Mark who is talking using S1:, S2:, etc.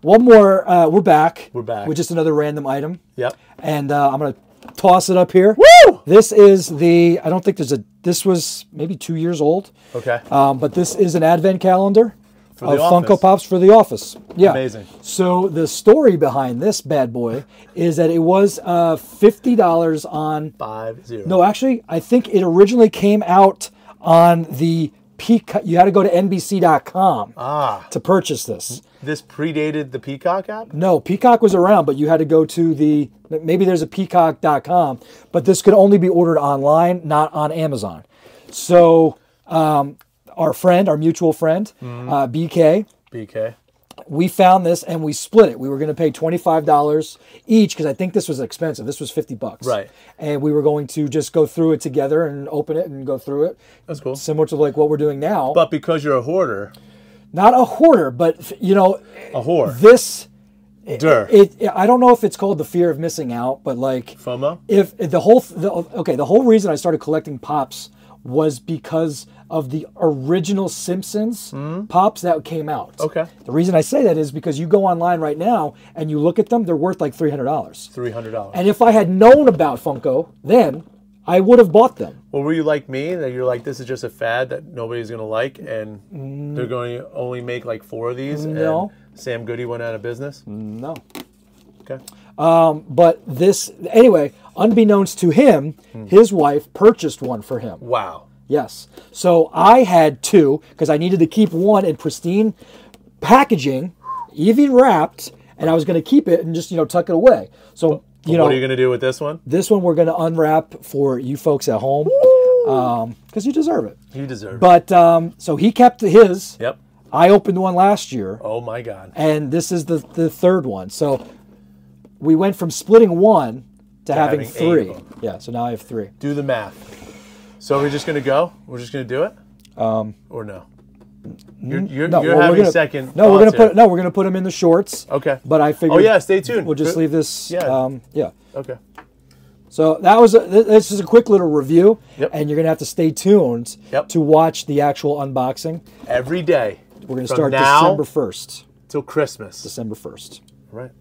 S1: One more. Uh, we're back.
S2: We're back.
S1: With just another random item.
S2: Yep.
S1: And uh, I'm gonna toss it up here.
S2: Woo!
S1: This is the. I don't think there's a. This was maybe two years old.
S2: Okay.
S1: Um, but this is an advent calendar
S2: the
S1: of
S2: office.
S1: Funko Pops for the office. Yeah.
S2: Amazing.
S1: So the story behind this bad boy is that it was uh, fifty dollars on.
S2: Five zero.
S1: No, actually, I think it originally came out on the Peacock. You had to go to NBC.com
S2: Ah.
S1: to purchase this.
S2: This predated the Peacock app.
S1: No, Peacock was around, but you had to go to the maybe there's a peacock.com, but this could only be ordered online, not on Amazon. So, um, our friend, our mutual friend,
S2: Mm-hmm.
S1: uh, BK,
S2: BK.
S1: we found this and we split it. We were going to pay $25 each because I think this was expensive. This was 50 bucks.
S2: Right.
S1: And we were going to just go through it together and open it and go through it.
S2: That's cool.
S1: Similar to like what we're doing now.
S2: But because you're a hoarder,
S1: not a hoarder, but you know,
S2: a whore.
S1: this
S2: Dur.
S1: it I don't know if it's called the fear of missing out, but like
S2: FOMO.
S1: if the whole the, okay the whole reason i started collecting pops was because of the original simpsons pops that came out
S2: Okay.
S1: the reason i say that is because you go online right now and you look at them they're worth like $300
S2: Three hundred dollars.
S1: and if i had known about funko then i would have bought them
S2: Well, were you like me that you're like this is just a fad that nobody's gonna like, and they're going to only make like four of these?
S1: Mm. No. Mm.
S2: And Sam Goody went out of business.
S1: no
S2: Okay.
S1: but this anyway unbeknownst to him his wife purchased one for him
S2: Wow.
S1: Yes. So I had two because I needed to keep one in pristine packaging, even wrapped, and I was going to keep it and just you know tuck it away. So you know
S2: what are you gonna do with this one?
S1: this one we're going to unwrap for you folks at home because you deserve it.
S2: You deserve. it.
S1: But um, so he kept his.
S2: Yep.
S1: I opened one last year,
S2: Oh my God.
S1: and this is the the third one. So we went from splitting one to, having,
S2: having eight
S1: three.
S2: of them.
S1: Yeah. So now I have three.
S2: Do the math. So we're just gonna go. We're just gonna do it. Um. Or no. You're, you're, you're
S1: well, we're
S2: having
S1: gonna-
S2: second.
S1: No, we're gonna
S2: thoughts
S1: put
S2: here.
S1: no, we're gonna put them in the shorts.
S2: Okay. Oh,
S1: But I figured.
S2: yeah, stay tuned.
S1: We'll just
S2: Good-
S1: leave this.
S2: yeah.
S1: Yeah. Um, yeah.
S2: Okay.
S1: So that was a, th- this is a quick little review,
S2: Yep.
S1: and you're gonna have to stay tuned
S2: Yep.
S1: to watch the actual unboxing.
S2: Every day.
S1: We're gonna
S2: From
S1: start
S2: now
S1: December first.
S2: till Christmas.
S1: December first.
S2: Right.